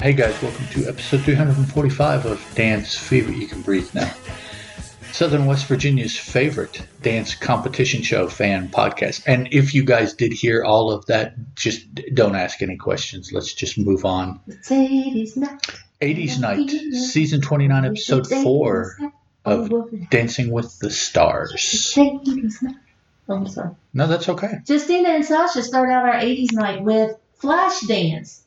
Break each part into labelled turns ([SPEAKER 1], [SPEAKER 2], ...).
[SPEAKER 1] Hey guys, welcome to episode 345 of Dan's Favorite You Can Breathe Now, Southern West Virginia's favorite dance competition show fan podcast. And if you guys did hear all of that, just don't ask any questions. Let's just move on.
[SPEAKER 2] Mercedes night.
[SPEAKER 1] 80s Night, season 29, episode 4
[SPEAKER 2] Oh,
[SPEAKER 1] of Dancing with the Stars.
[SPEAKER 2] Mercedes night. Oh, I'm sorry.
[SPEAKER 1] No, that's okay.
[SPEAKER 2] Justina and Sasha start out our 80s night with Flashdance.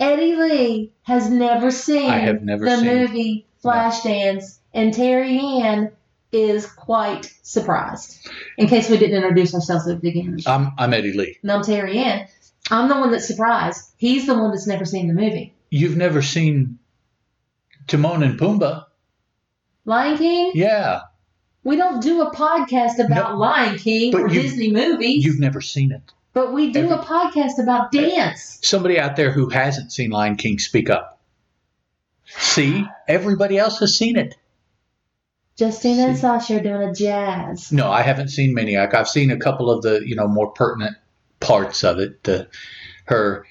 [SPEAKER 2] Eddie Lee has never seen
[SPEAKER 1] I have never
[SPEAKER 2] the
[SPEAKER 1] seen-
[SPEAKER 2] movie Flashdance, and Terry Ann is quite surprised. In case we didn't introduce ourselves at the beginning.
[SPEAKER 1] I'm, I'm Eddie Lee.
[SPEAKER 2] And I'm Terry Ann. I'm the one that's surprised. He's the one that's never seen the movie.
[SPEAKER 1] You've never seen Timon and Pumbaa?
[SPEAKER 2] Lion King?
[SPEAKER 1] Yeah,
[SPEAKER 2] We don't do a podcast about Lion King
[SPEAKER 1] But
[SPEAKER 2] or
[SPEAKER 1] you-
[SPEAKER 2] Disney movies,
[SPEAKER 1] you've never seen it.
[SPEAKER 2] but we do a
[SPEAKER 1] Every-
[SPEAKER 2] podcast about dance.
[SPEAKER 1] somebody out there who hasn't seen Lion King, speak up. See, everybody else has seen it.
[SPEAKER 2] Justina and
[SPEAKER 1] See.
[SPEAKER 2] Sasha are doing a jazz.
[SPEAKER 1] No, I haven't seen Maniac. I've seen a couple of the you know more pertinent parts of it. The, her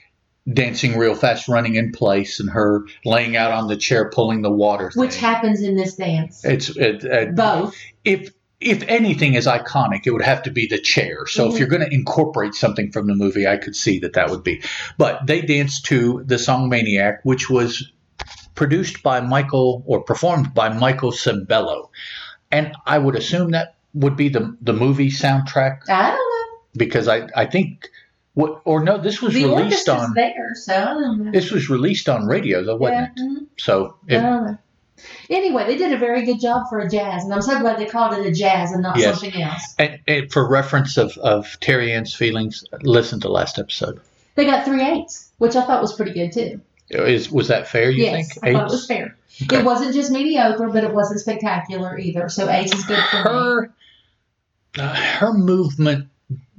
[SPEAKER 1] dancing real fast, running in place, and her laying out on the chair, pulling the water.
[SPEAKER 2] Which
[SPEAKER 1] thing.
[SPEAKER 2] happens in this dance.
[SPEAKER 1] it's it, it,
[SPEAKER 2] Both.
[SPEAKER 1] if if anything is iconic, it would have to be the chair. So if
[SPEAKER 2] Mhm.
[SPEAKER 1] you're going to incorporate something from the movie, I could see that that would be. But they danced to the song "Maniac," which was produced by Michael or performed by Michael Cimbello, and I would assume that would be the the movie soundtrack
[SPEAKER 2] I don't
[SPEAKER 1] because I I think what or no, this
[SPEAKER 2] know.
[SPEAKER 1] was
[SPEAKER 2] The
[SPEAKER 1] released
[SPEAKER 2] orchestra's
[SPEAKER 1] on
[SPEAKER 2] there, so I don't know.
[SPEAKER 1] this was released on radio though,
[SPEAKER 2] Yeah,
[SPEAKER 1] wasn't it?
[SPEAKER 2] mhm,
[SPEAKER 1] So
[SPEAKER 2] I
[SPEAKER 1] it,
[SPEAKER 2] don't know. Anyway, they did a very good job for a jazz, and I'm so glad they called it a jazz and not
[SPEAKER 1] Yes.
[SPEAKER 2] something else.
[SPEAKER 1] and, and for reference of of Terry Ann's feelings, listen to last episode.
[SPEAKER 2] They got three eights, which I thought was pretty good too.
[SPEAKER 1] Is was that fair? You
[SPEAKER 2] yes,
[SPEAKER 1] think
[SPEAKER 2] I thought it was
[SPEAKER 1] Eights?
[SPEAKER 2] fair.
[SPEAKER 1] Okay.
[SPEAKER 2] It wasn't just mediocre, but it wasn't spectacular either. So eights is good for me.
[SPEAKER 1] her uh, her movement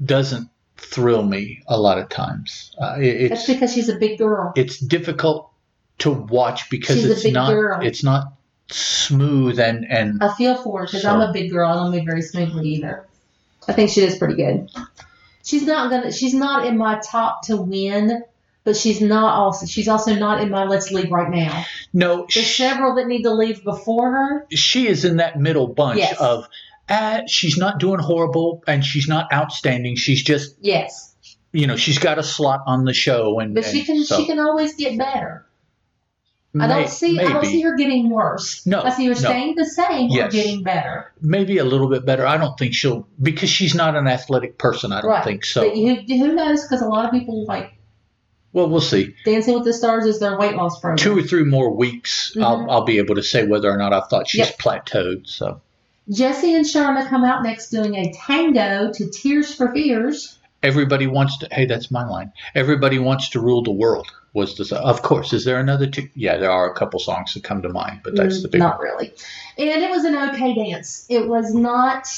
[SPEAKER 1] doesn't thrill me a lot of times. Uh, it-
[SPEAKER 2] That's
[SPEAKER 1] it's
[SPEAKER 2] because she's a big girl.
[SPEAKER 1] it's difficult to watch because
[SPEAKER 2] She's a
[SPEAKER 1] it's
[SPEAKER 2] big
[SPEAKER 1] not
[SPEAKER 2] girl. Uh,
[SPEAKER 1] it's not smooth and and
[SPEAKER 2] I feel for her because I'm
[SPEAKER 1] So-
[SPEAKER 2] a big girl. I don't move very smoothly either. I think she is pretty good. She's not gonna. She's not in my top to win, but she's not also. She's also not in my let's leave right now.
[SPEAKER 1] no
[SPEAKER 2] There's
[SPEAKER 1] sh-
[SPEAKER 2] several that need to leave before her.
[SPEAKER 1] she is in that middle bunch
[SPEAKER 2] Yes.
[SPEAKER 1] of uh, she's not doing horrible and she's not outstanding. She's just
[SPEAKER 2] Yes,
[SPEAKER 1] you know she's got a slot on the show and
[SPEAKER 2] but she
[SPEAKER 1] and
[SPEAKER 2] can.
[SPEAKER 1] so
[SPEAKER 2] she can always get better. I
[SPEAKER 1] may-
[SPEAKER 2] don't see. I don't
[SPEAKER 1] maybe.
[SPEAKER 2] see her getting worse.
[SPEAKER 1] No,
[SPEAKER 2] I see her
[SPEAKER 1] no.
[SPEAKER 2] staying the same or
[SPEAKER 1] Yes.
[SPEAKER 2] getting better.
[SPEAKER 1] maybe a little bit better. I don't think she'll because she's not an athletic person. I don't
[SPEAKER 2] Right.
[SPEAKER 1] think
[SPEAKER 2] but
[SPEAKER 1] so.
[SPEAKER 2] who, who knows? Because a lot of people like
[SPEAKER 1] Well, we'll see.
[SPEAKER 2] Dancing with the Stars is their weight loss program.
[SPEAKER 1] Two or three more weeks, I'll,
[SPEAKER 2] Mhm.
[SPEAKER 1] I'll be able to say whether or not I thought she's
[SPEAKER 2] Yep.
[SPEAKER 1] plateaued. So
[SPEAKER 2] Jesse and Sharma come out next doing a tango to Tears for Fears.
[SPEAKER 1] everybody wants to. Hey, that's my line. Everybody wants to rule the world. Was this? Of course. Is there another two? Yeah, there are a couple songs that come to mind, but that's the
[SPEAKER 2] Mm,
[SPEAKER 1] big.
[SPEAKER 2] Not really. And it was an okay dance. It was not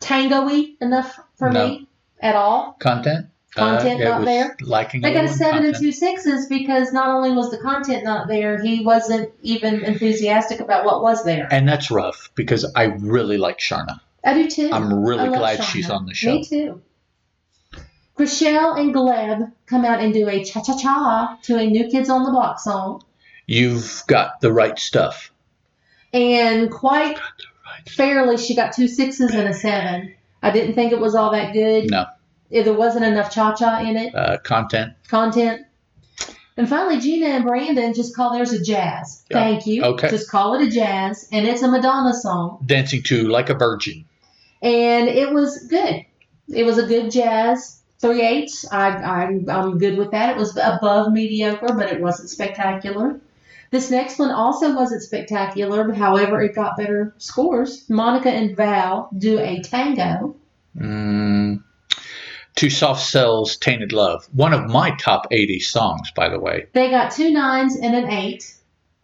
[SPEAKER 2] tango-y enough for
[SPEAKER 1] No.
[SPEAKER 2] me at all.
[SPEAKER 1] Content. Uh,
[SPEAKER 2] Content
[SPEAKER 1] it
[SPEAKER 2] not
[SPEAKER 1] was
[SPEAKER 2] there.
[SPEAKER 1] Lacking.
[SPEAKER 2] They got a
[SPEAKER 1] little in
[SPEAKER 2] seven and
[SPEAKER 1] content.
[SPEAKER 2] two sixes because not only was the content not there, he wasn't even enthusiastic about what was there.
[SPEAKER 1] And that's rough because I really like Sharna.
[SPEAKER 2] I do too.
[SPEAKER 1] I'm
[SPEAKER 2] I
[SPEAKER 1] really
[SPEAKER 2] love
[SPEAKER 1] glad
[SPEAKER 2] Shauna.
[SPEAKER 1] she's on the show.
[SPEAKER 2] Me too. Chriselle and Gleb come out and do a cha cha cha to a New Kids on the Block song.
[SPEAKER 1] You've got the right stuff.
[SPEAKER 2] And quite
[SPEAKER 1] Right.
[SPEAKER 2] fairly, she got two sixes and a seven. I didn't think it was all that good.
[SPEAKER 1] No.
[SPEAKER 2] If There wasn't enough cha cha in it,
[SPEAKER 1] Uh, content.
[SPEAKER 2] content. And finally, Gina and Brandon just call theirs a jazz.
[SPEAKER 1] Yeah.
[SPEAKER 2] Thank you.
[SPEAKER 1] Okay.
[SPEAKER 2] Just call it a jazz. And it's a Madonna song.
[SPEAKER 1] dancing to like a virgin.
[SPEAKER 2] And it was good. It was a good jazz. Three eighths. I, I, I'm good with that. It was above mediocre, but it wasn't spectacular. This next one also wasn't spectacular. However, it got better scores. Monica and Val do a tango.
[SPEAKER 1] Mm. To Soft Cell's Tainted Love, one of my top 80 songs, by the way.
[SPEAKER 2] They got two nines and an eight.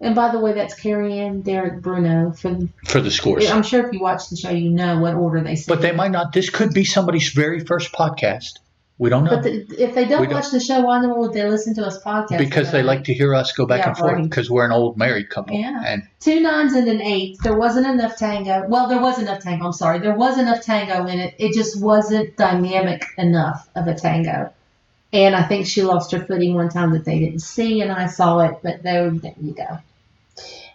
[SPEAKER 2] And by the way, that's Carrie Ann, Derek, Bruno. From
[SPEAKER 1] For the scores.
[SPEAKER 2] I'm sure if you watch the show, you know what order they sing.
[SPEAKER 1] But they might not. This could be somebody's very first podcast. We don't know.
[SPEAKER 2] But the, if they don't
[SPEAKER 1] We don't-
[SPEAKER 2] watch the show, why in the world would they listen to us podcast?
[SPEAKER 1] because they like to hear us go back
[SPEAKER 2] Yeah,
[SPEAKER 1] and forth
[SPEAKER 2] right.
[SPEAKER 1] because we're an old married couple.
[SPEAKER 2] Yeah.
[SPEAKER 1] And
[SPEAKER 2] two nines and an eight. There wasn't enough tango. Well, there was enough tango. I'm sorry. There was enough tango in it. It just wasn't dynamic enough of a tango. And I think she lost her footing one time that they didn't see, and I saw it, but there, there you go.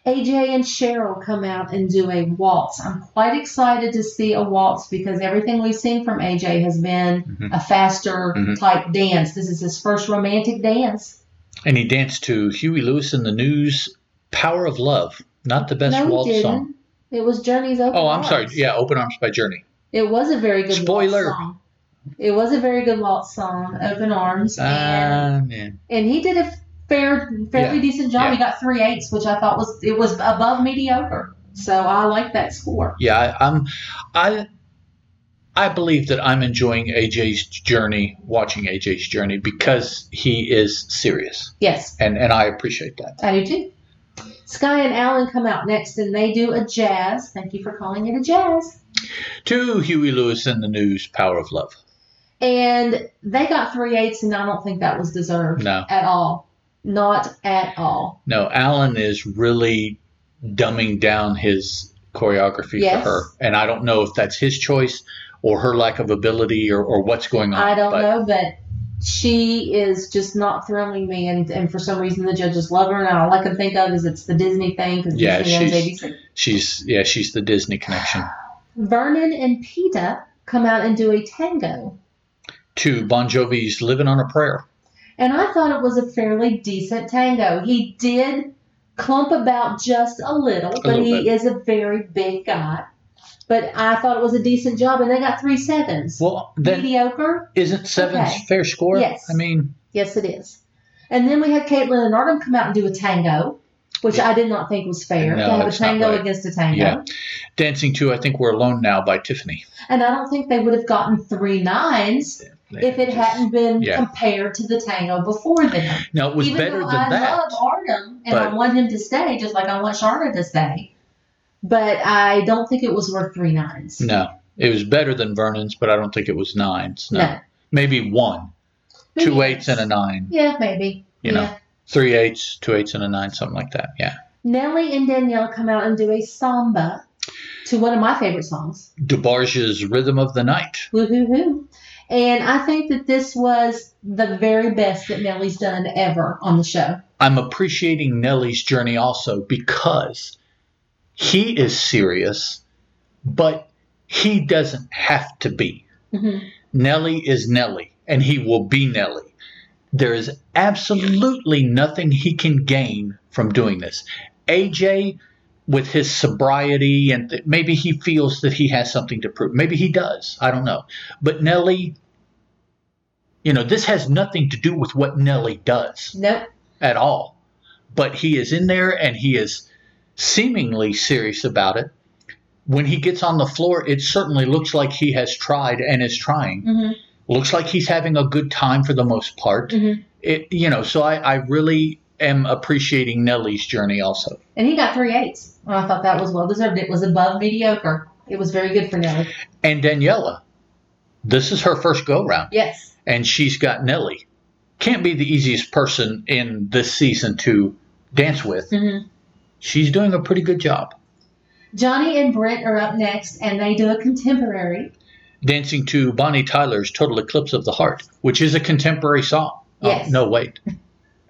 [SPEAKER 2] AJ and Cheryl come out and do a waltz. I'm quite excited to see a waltz because everything we've seen from AJ has been
[SPEAKER 1] Mhm.
[SPEAKER 2] a faster
[SPEAKER 1] Mhm.
[SPEAKER 2] type dance. This is his first romantic dance.
[SPEAKER 1] And he danced to Huey Lewis and the News Power of Love, not the best
[SPEAKER 2] no, he
[SPEAKER 1] waltz
[SPEAKER 2] didn't.
[SPEAKER 1] song.
[SPEAKER 2] It was Journey's Open
[SPEAKER 1] Oh, I'm
[SPEAKER 2] Arms.
[SPEAKER 1] sorry. Yeah, Open Arms by Journey.
[SPEAKER 2] It was a very good
[SPEAKER 1] Spoiler.
[SPEAKER 2] waltz song. It was a very good waltz song, Open Arms. and
[SPEAKER 1] Ah, man.
[SPEAKER 2] and he did a fair, fairly
[SPEAKER 1] Yeah,
[SPEAKER 2] decent job.
[SPEAKER 1] yeah.
[SPEAKER 2] He got three eights, which I thought was it was above mediocre. So I like that score.
[SPEAKER 1] Yeah, I, I'm. I I believe that I'm enjoying AJ's journey, watching AJ's journey because he is serious,
[SPEAKER 2] Yes,
[SPEAKER 1] and and I appreciate that.
[SPEAKER 2] I do too. Sky and Alan come out next, and they do a jazz. Thank you for calling it a jazz.
[SPEAKER 1] To Huey Lewis and the News Power of Love.
[SPEAKER 2] And they got three eights, and I don't think that was deserved
[SPEAKER 1] No,
[SPEAKER 2] at all. Not at all.
[SPEAKER 1] no. Alan is really dumbing down his choreography
[SPEAKER 2] Yes.
[SPEAKER 1] for her, and I don't know if that's his choice or her lack of ability or, or what's going on.
[SPEAKER 2] I don't
[SPEAKER 1] but
[SPEAKER 2] know, but she is just not thrilling me, and, and for some reason the judges love her, and all I can think of is it's the Disney thing because
[SPEAKER 1] Yeah,
[SPEAKER 2] Disney owns
[SPEAKER 1] she's-
[SPEAKER 2] ABC.
[SPEAKER 1] She's yeah, she's the Disney connection.
[SPEAKER 2] Vernon and PETA come out and do a tango.
[SPEAKER 1] To Bon Jovi's Living on a Prayer.
[SPEAKER 2] And I thought it was a fairly decent tango. He did clump about just a little, but
[SPEAKER 1] little
[SPEAKER 2] he is a very big guy. But I thought it was a decent job, and they got three sevens.
[SPEAKER 1] Well, then
[SPEAKER 2] Mediocre?
[SPEAKER 1] Isn't seven's
[SPEAKER 2] Okay.
[SPEAKER 1] fair score?
[SPEAKER 2] Yes.
[SPEAKER 1] I mean,
[SPEAKER 2] Yes, it is. And then we had Caitlin and Artem come out and do a tango, which I did not think was fair
[SPEAKER 1] No,
[SPEAKER 2] to have a
[SPEAKER 1] that's not
[SPEAKER 2] tango
[SPEAKER 1] right.
[SPEAKER 2] against a tango.
[SPEAKER 1] Yeah. Dancing to I Think We're Alone Now by Tiffany.
[SPEAKER 2] And I don't think they would have gotten three nines if it hadn't been
[SPEAKER 1] yeah.
[SPEAKER 2] compared to the tango before them.
[SPEAKER 1] No, it was
[SPEAKER 2] Even
[SPEAKER 1] better
[SPEAKER 2] though
[SPEAKER 1] than
[SPEAKER 2] I
[SPEAKER 1] that.
[SPEAKER 2] love Artem and I
[SPEAKER 1] But-
[SPEAKER 2] want him to stay, just like I want Sharna to stay. But I don't think it was worth three nines.
[SPEAKER 1] No, it was better than Vernon's, but I don't think it was nines. No. Maybe one. Two eights and a nine.
[SPEAKER 2] Yeah, maybe.
[SPEAKER 1] You
[SPEAKER 2] yeah.
[SPEAKER 1] know. Three eights, two eights and a nine, something like that. Yeah.
[SPEAKER 2] Nellie and Danielle come out and do a samba to one of my favorite songs,
[SPEAKER 1] DeBarge's Rhythm of the Night.
[SPEAKER 2] Woo Hoo Hoo. And I think that this was the very best that Nellie's done ever on the show.
[SPEAKER 1] I'm appreciating Nelly's journey also because he is serious, but he doesn't have to be.
[SPEAKER 2] Mhm.
[SPEAKER 1] Nelly is Nelly, and he will be Nelly. There is absolutely nothing he can gain from doing this. AJ, with his sobriety, and th- maybe he feels that he has something to prove. Maybe he does. I don't know. But Nelly, you know, this has nothing to do with what Nelly does
[SPEAKER 2] Nope.
[SPEAKER 1] at all. But he is in there and he is seemingly serious about it. When he gets on the floor, it certainly looks like he has tried and is trying
[SPEAKER 2] hmm
[SPEAKER 1] looks like he's having a good time for the most part.
[SPEAKER 2] hmm
[SPEAKER 1] It, you know, so I, I really am appreciating Nelly's journey also.
[SPEAKER 2] And he got three eights. And I thought that was well deserved. It was above mediocre. It was very good for Nellie.
[SPEAKER 1] And Daniela, this is her first go round,
[SPEAKER 2] Yes.
[SPEAKER 1] and she's got Nelly. Can't be the easiest person in this season to dance with.
[SPEAKER 2] Mhm.
[SPEAKER 1] She's doing a pretty good job.
[SPEAKER 2] Johnny and Brent are up next, and they do a contemporary.
[SPEAKER 1] Dancing to Bonnie Tyler's Total Eclipse of the Heart, which is a contemporary song.
[SPEAKER 2] Yes.
[SPEAKER 1] Oh, no, wait.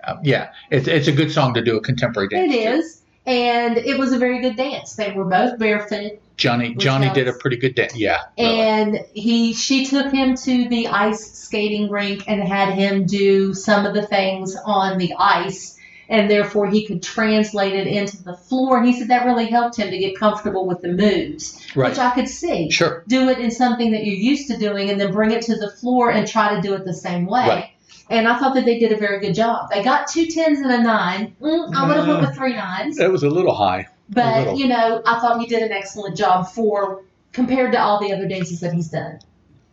[SPEAKER 1] Uh, yeah, it's, it's a good song to do a contemporary dance.
[SPEAKER 2] It
[SPEAKER 1] to.
[SPEAKER 2] is, and it was a very good dance. They were both barefooted,
[SPEAKER 1] Johnny
[SPEAKER 2] Which
[SPEAKER 1] Johnny did a
[SPEAKER 2] helps.
[SPEAKER 1] pretty good dance. Yeah. really.
[SPEAKER 2] and he she took him to the ice skating rink and had him do some of the things on the ice, and therefore he could translate it into the floor. And he said that really helped him to get comfortable with the moves,
[SPEAKER 1] right.
[SPEAKER 2] which I could see.
[SPEAKER 1] Sure.
[SPEAKER 2] do it in something that you're used to doing and then bring it to the floor and try to do it the same way.
[SPEAKER 1] Right.
[SPEAKER 2] And I thought that they did a very good job. They got two tens and a nine. Mm, I would have went with three nines,
[SPEAKER 1] That was a little high.
[SPEAKER 2] but
[SPEAKER 1] little.
[SPEAKER 2] you know, I thought he did an excellent job for compared to all the other dances that he's done.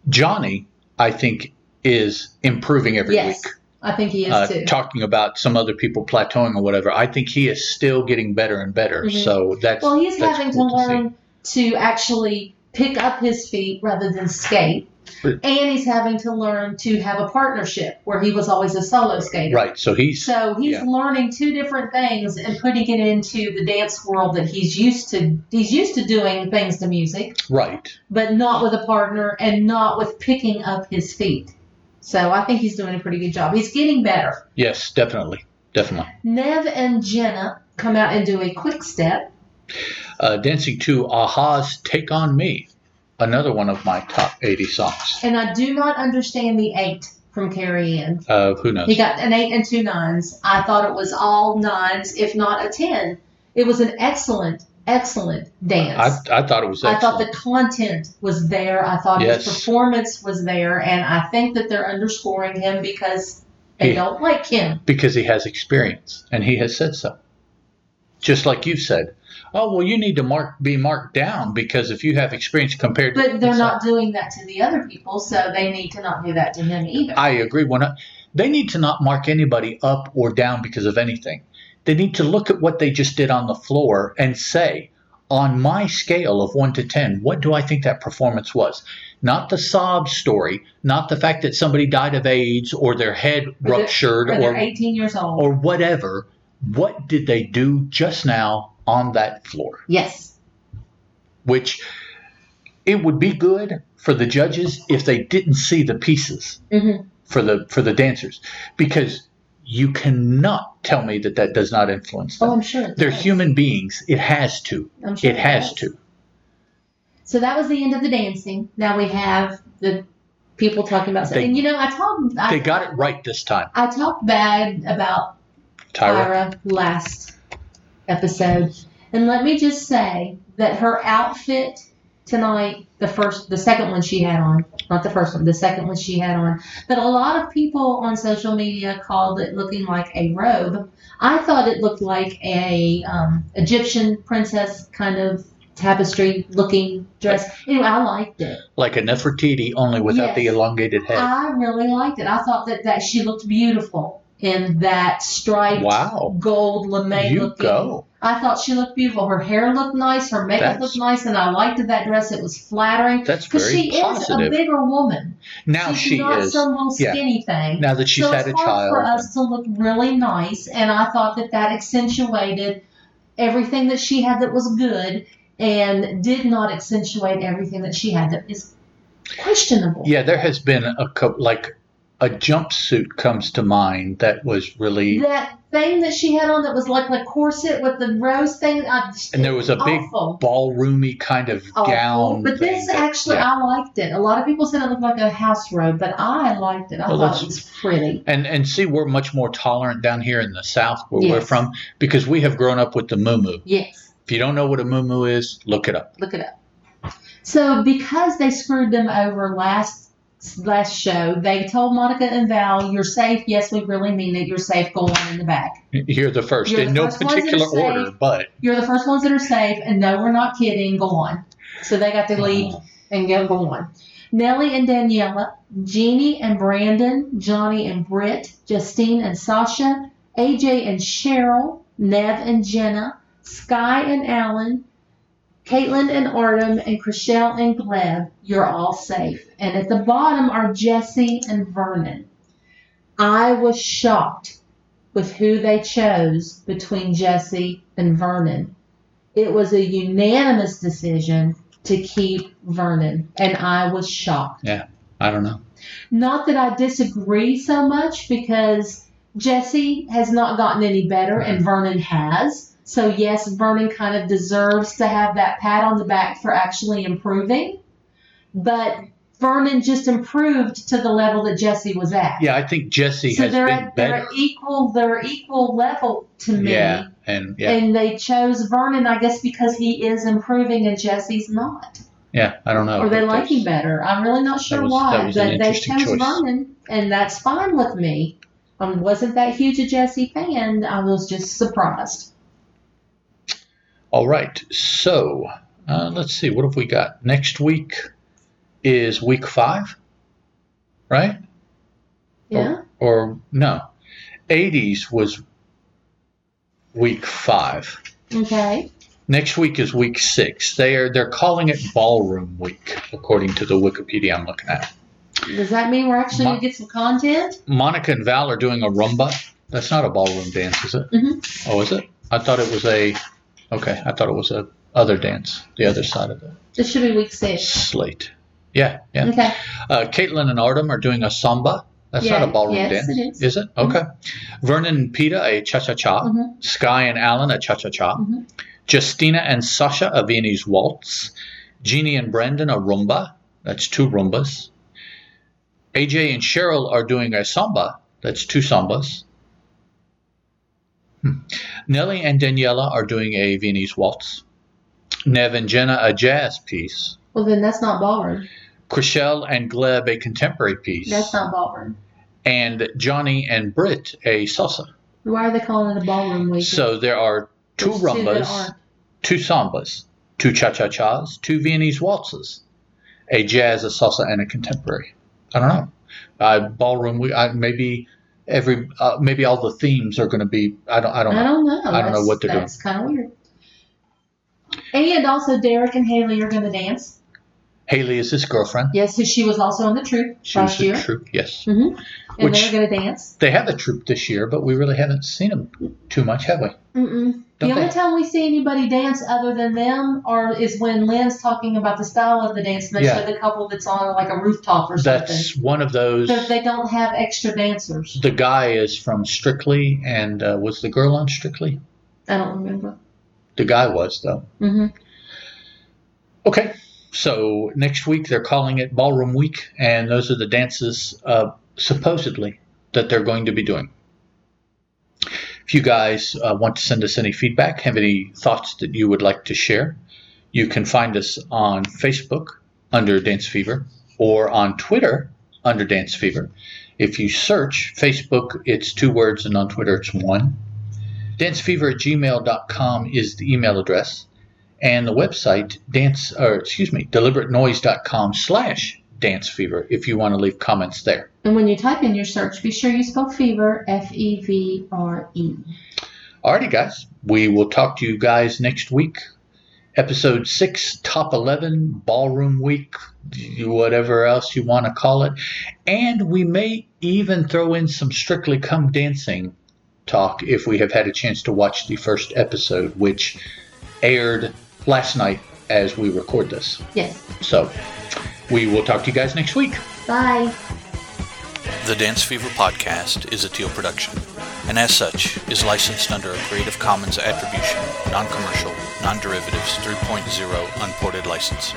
[SPEAKER 1] Johnny, I think, is improving every
[SPEAKER 2] yes,
[SPEAKER 1] week.
[SPEAKER 2] I think he is
[SPEAKER 1] Uh,
[SPEAKER 2] too.
[SPEAKER 1] talking about some other people plateauing or whatever, I think he is still getting better and better.
[SPEAKER 2] Mhm.
[SPEAKER 1] So that's
[SPEAKER 2] well, he's
[SPEAKER 1] that's
[SPEAKER 2] having
[SPEAKER 1] cool
[SPEAKER 2] to
[SPEAKER 1] to see.
[SPEAKER 2] learn to actually pick up his feet rather than skate.
[SPEAKER 1] But-
[SPEAKER 2] And he's having to learn to have a partnership where he was always a solo skater.
[SPEAKER 1] right. So he's
[SPEAKER 2] So he's
[SPEAKER 1] Yeah.
[SPEAKER 2] learning two different things and putting it into the dance world that he's used to. He's used to doing things to music,
[SPEAKER 1] right.
[SPEAKER 2] but not with a partner and not with picking up his feet. So I think he's doing a pretty good job. He's getting better.
[SPEAKER 1] Yes, definitely. Definitely.
[SPEAKER 2] Nev and Jenna come out and do a quick step.
[SPEAKER 1] Uh, dancing to Aha's Take On Me, another one of my top 80 songs.
[SPEAKER 2] And I do not understand the eight from Carrie Ann.
[SPEAKER 1] Uh, who knows?
[SPEAKER 2] He got an eight and two nines. I thought it was all nines, if not a ten. It was an excellent, excellent dance.
[SPEAKER 1] I, I thought it was
[SPEAKER 2] I thought
[SPEAKER 1] excellent.
[SPEAKER 2] the content was there. I thought
[SPEAKER 1] Yes.
[SPEAKER 2] his performance was there, and I think that they're underscoring him because they
[SPEAKER 1] He-
[SPEAKER 2] don't like him.
[SPEAKER 1] because he has experience, and he has said so. Just like you've said. Oh, well, you need to mark be marked down because if you have experience compared to.
[SPEAKER 2] But they're
[SPEAKER 1] It's
[SPEAKER 2] not doing that to the other people, so they need to not do that to him either.
[SPEAKER 1] I agree. When I, they need to not mark anybody up or down because of anything. They need to look at what they just did on the floor and say, on my scale of one to ten, what do I think that performance was? Not the sob story, not the fact that somebody died of AIDS or their head
[SPEAKER 2] their-
[SPEAKER 1] ruptured
[SPEAKER 2] Or
[SPEAKER 1] or
[SPEAKER 2] they're 18 years old.
[SPEAKER 1] or whatever. What did they do just now on that floor?
[SPEAKER 2] yes.
[SPEAKER 1] Which it would be good for the judges if they didn't see the pieces
[SPEAKER 2] hmm
[SPEAKER 1] for the for the dancers because you cannot tell me that that does not influence them.
[SPEAKER 2] Oh, I'm sure. it
[SPEAKER 1] They're
[SPEAKER 2] does.
[SPEAKER 1] human beings. It has to.
[SPEAKER 2] I'm sure
[SPEAKER 1] It has
[SPEAKER 2] does.
[SPEAKER 1] to.
[SPEAKER 2] So that was the end of the dancing. Now we have the people talking about.
[SPEAKER 1] They-
[SPEAKER 2] and you know, I talked. I,
[SPEAKER 1] They got it right this time,
[SPEAKER 2] I talked bad about
[SPEAKER 1] Tyra.
[SPEAKER 2] Tyra last episode. And let me just say that her outfit tonight, the first the second one she had on, not the first one, the second one she had on, that a lot of people on social media called it looking like a robe. I thought it looked like a um, Egyptian princess kind of tapestry looking dress. Anyway, I liked it.
[SPEAKER 1] Like a Nefertiti, only without
[SPEAKER 2] Yes.
[SPEAKER 1] the elongated head.
[SPEAKER 2] I really liked it. I thought that, that she looked beautiful in that striped
[SPEAKER 1] Wow.
[SPEAKER 2] gold lame
[SPEAKER 1] You
[SPEAKER 2] looking
[SPEAKER 1] go.
[SPEAKER 2] I thought she looked beautiful. Her hair looked nice. Her makeup
[SPEAKER 1] That's-
[SPEAKER 2] looked nice, and I liked that dress. It was flattering
[SPEAKER 1] That's
[SPEAKER 2] because
[SPEAKER 1] very
[SPEAKER 2] she is a
[SPEAKER 1] positive.
[SPEAKER 2] bigger woman.
[SPEAKER 1] now
[SPEAKER 2] she's
[SPEAKER 1] she
[SPEAKER 2] not
[SPEAKER 1] is.
[SPEAKER 2] some little
[SPEAKER 1] yeah.
[SPEAKER 2] skinny thing.
[SPEAKER 1] Now that she's
[SPEAKER 2] so
[SPEAKER 1] had a
[SPEAKER 2] it's hard for
[SPEAKER 1] child.
[SPEAKER 2] us to look really nice, and I thought that that accentuated everything that she had that was good, and did not accentuate everything that she had that is questionable.
[SPEAKER 1] Yeah, there has been a co- like a jumpsuit comes to mind that was really
[SPEAKER 2] That thing that she had on that was like the corset with the rose thing. I,
[SPEAKER 1] and there was a big
[SPEAKER 2] awful.
[SPEAKER 1] ballroomy kind of
[SPEAKER 2] awful.
[SPEAKER 1] gown.
[SPEAKER 2] Oh, But
[SPEAKER 1] thing
[SPEAKER 2] this
[SPEAKER 1] that-
[SPEAKER 2] actually,
[SPEAKER 1] yeah.
[SPEAKER 2] I liked it. A lot of people said it looked like a house robe, but I liked it. I
[SPEAKER 1] Well,
[SPEAKER 2] thought
[SPEAKER 1] that's-
[SPEAKER 2] it was pretty.
[SPEAKER 1] And and see, we're much more tolerant down here in the South where we're
[SPEAKER 2] Yes.
[SPEAKER 1] from because we have grown up with the moo.
[SPEAKER 2] Yes,
[SPEAKER 1] If you don't know what a moo is, look it up.
[SPEAKER 2] look it up. So because they screwed them over last last show, they told Monica and Val, "You're safe. Yes, we really mean it. You're safe. Go on in the back.
[SPEAKER 1] You're the first
[SPEAKER 2] You're
[SPEAKER 1] in
[SPEAKER 2] the
[SPEAKER 1] no
[SPEAKER 2] first ones that are
[SPEAKER 1] particular
[SPEAKER 2] safe.
[SPEAKER 1] order, but
[SPEAKER 2] You're the first ones that are safe. And no, we're not kidding. Go on." So they got to leave and go on. Nellie and Daniela, Jeannie and Brandon, Johnny and Britt, Justine and Sasha, AJ and Cheryl, Nev and Jenna, Sky and Alan, Caitlin and Artem, and Chriselle and Gleb, you're all safe. And at the bottom are Jesse and Vernon. I was shocked with who they chose between Jesse and Vernon. It was a unanimous decision to keep Vernon, and I was shocked.
[SPEAKER 1] I don't know.
[SPEAKER 2] Not that I disagree so much because Jesse has not gotten any better, and Vernon has. So, yes, Vernon kind of deserves to have that pat on the back for actually improving, but Vernon just improved to the level that Jesse was at.
[SPEAKER 1] Yeah, I think Jesse
[SPEAKER 2] so
[SPEAKER 1] has
[SPEAKER 2] they're
[SPEAKER 1] been
[SPEAKER 2] at they're
[SPEAKER 1] better.
[SPEAKER 2] at equal they're equal level to me.
[SPEAKER 1] Yeah, and yeah,
[SPEAKER 2] And they chose Vernon, I guess, because he is improving and Jesse's not.
[SPEAKER 1] yeah. I don't know.
[SPEAKER 2] Or they
[SPEAKER 1] But
[SPEAKER 2] like him
[SPEAKER 1] there's-
[SPEAKER 2] better. I'm really not sure
[SPEAKER 1] was-
[SPEAKER 2] why,
[SPEAKER 1] Oh, that was an
[SPEAKER 2] but they
[SPEAKER 1] interesting
[SPEAKER 2] chose
[SPEAKER 1] choice.
[SPEAKER 2] Vernon, and that's fine with me. I wasn't that huge a Jesse fan. I was just surprised.
[SPEAKER 1] All right, so uh, let's see. What have we got next week? Is week five, right? Oh.
[SPEAKER 2] Yeah.
[SPEAKER 1] Or no, eighties was week five.
[SPEAKER 2] Okay.
[SPEAKER 1] Next week is week six. They are they're calling it ballroom week, according to the Wikipedia I'm looking at.
[SPEAKER 2] Does that mean we're actually
[SPEAKER 1] My-
[SPEAKER 2] gonna get some content?
[SPEAKER 1] Monica and Val are doing a rumba. That's not a ballroom dance, is it? Mm-hmm. Oh, is it? I thought it was a. Okay, I thought it was a other dance, the other side of the
[SPEAKER 2] This should be week six.
[SPEAKER 1] slate. Yeah, yeah.
[SPEAKER 2] Okay.
[SPEAKER 1] Uh, Caitlin and Artem are doing a samba. That's
[SPEAKER 2] Yeah,
[SPEAKER 1] not a ballroom
[SPEAKER 2] yes,
[SPEAKER 1] dance,
[SPEAKER 2] it is. Mm-hmm.
[SPEAKER 1] it? Okay. Vernon and Peta, a cha cha cha.
[SPEAKER 2] Mhm.
[SPEAKER 1] Sky and Alan, a cha cha cha.
[SPEAKER 2] Mhm.
[SPEAKER 1] Justina and Sasha, a Viennese waltz. Jeannie and Brandon, a rumba. That's two rumbas. AJ and Cheryl are doing a samba. That's two sambas. Hmm. Nellie and Daniela are doing a Viennese waltz. Nev and Jenna, a jazz piece.
[SPEAKER 2] Well, then that's not ballroom.
[SPEAKER 1] Chriselle and Gleb, a contemporary piece.
[SPEAKER 2] That's not ballroom.
[SPEAKER 1] and Johnny and Britt, a salsa.
[SPEAKER 2] Why are they calling it a ballroom week?
[SPEAKER 1] So there are two
[SPEAKER 2] There's two that
[SPEAKER 1] rumbas,
[SPEAKER 2] aren't.
[SPEAKER 1] two sambas, two cha cha chas, two Viennese waltzes, a jazz, a salsa, and a contemporary. I don't know. Uh, ballroom. We I, maybe every uh, maybe all the themes are going to be. I don't. I don't
[SPEAKER 2] I
[SPEAKER 1] know.
[SPEAKER 2] don't know.
[SPEAKER 1] I don't know what they're doing.
[SPEAKER 2] That's kind of weird. And also, Derek and Haley are going to dance.
[SPEAKER 1] Haley is his girlfriend.
[SPEAKER 2] Yes, who she was also in the troupe
[SPEAKER 1] She was
[SPEAKER 2] last
[SPEAKER 1] the
[SPEAKER 2] year,
[SPEAKER 1] troupe. Yes.
[SPEAKER 2] and
[SPEAKER 1] which-
[SPEAKER 2] they're going to dance.
[SPEAKER 1] They have a troupe this year, but we really haven't seen them too much, have we?
[SPEAKER 2] Mm-mm. The
[SPEAKER 1] Don't
[SPEAKER 2] only
[SPEAKER 1] they?
[SPEAKER 2] time we see anybody dance other than them, or is when Lynn's talking about the style of the dance, and they
[SPEAKER 1] Yeah.
[SPEAKER 2] show the couple that's on like a rooftop or something.
[SPEAKER 1] That's one of those.
[SPEAKER 2] So they don't have extra dancers.
[SPEAKER 1] The guy is from Strictly, and uh, was the girl on Strictly?
[SPEAKER 2] I don't remember.
[SPEAKER 1] The guy was though.
[SPEAKER 2] hmm
[SPEAKER 1] Okay. So next week they're calling it Ballroom Week, and those are the dances uh, supposedly that they're going to be doing. If you guys uh, want to send us any feedback, have any thoughts that you would like to share, you can find us on Facebook under Dance Fever or on Twitter under Dance Fever. If you search Facebook, it's two words, and on Twitter, it's one. Dancefever at gmail.com is the email address and the website dance or excuse me deliberatenoise.com slash dance fever if you want to leave comments there
[SPEAKER 2] And when you type in your search, be sure you spell fever, F E V R E.
[SPEAKER 1] alrighty guys we will talk to you guys next week episode 6 top 11 ballroom week whatever else you want to call it and we may even throw in some strictly come dancing talk if we have had a chance to watch the first episode which aired last night as we record this
[SPEAKER 2] Yes.
[SPEAKER 1] so we will talk to you guys next week
[SPEAKER 2] Bye.
[SPEAKER 3] The Dance Fever podcast is a Teal production, and as such, is licensed under a Creative Commons Attribution, Non-Commercial, Non-Derivatives 3.0 Unported License.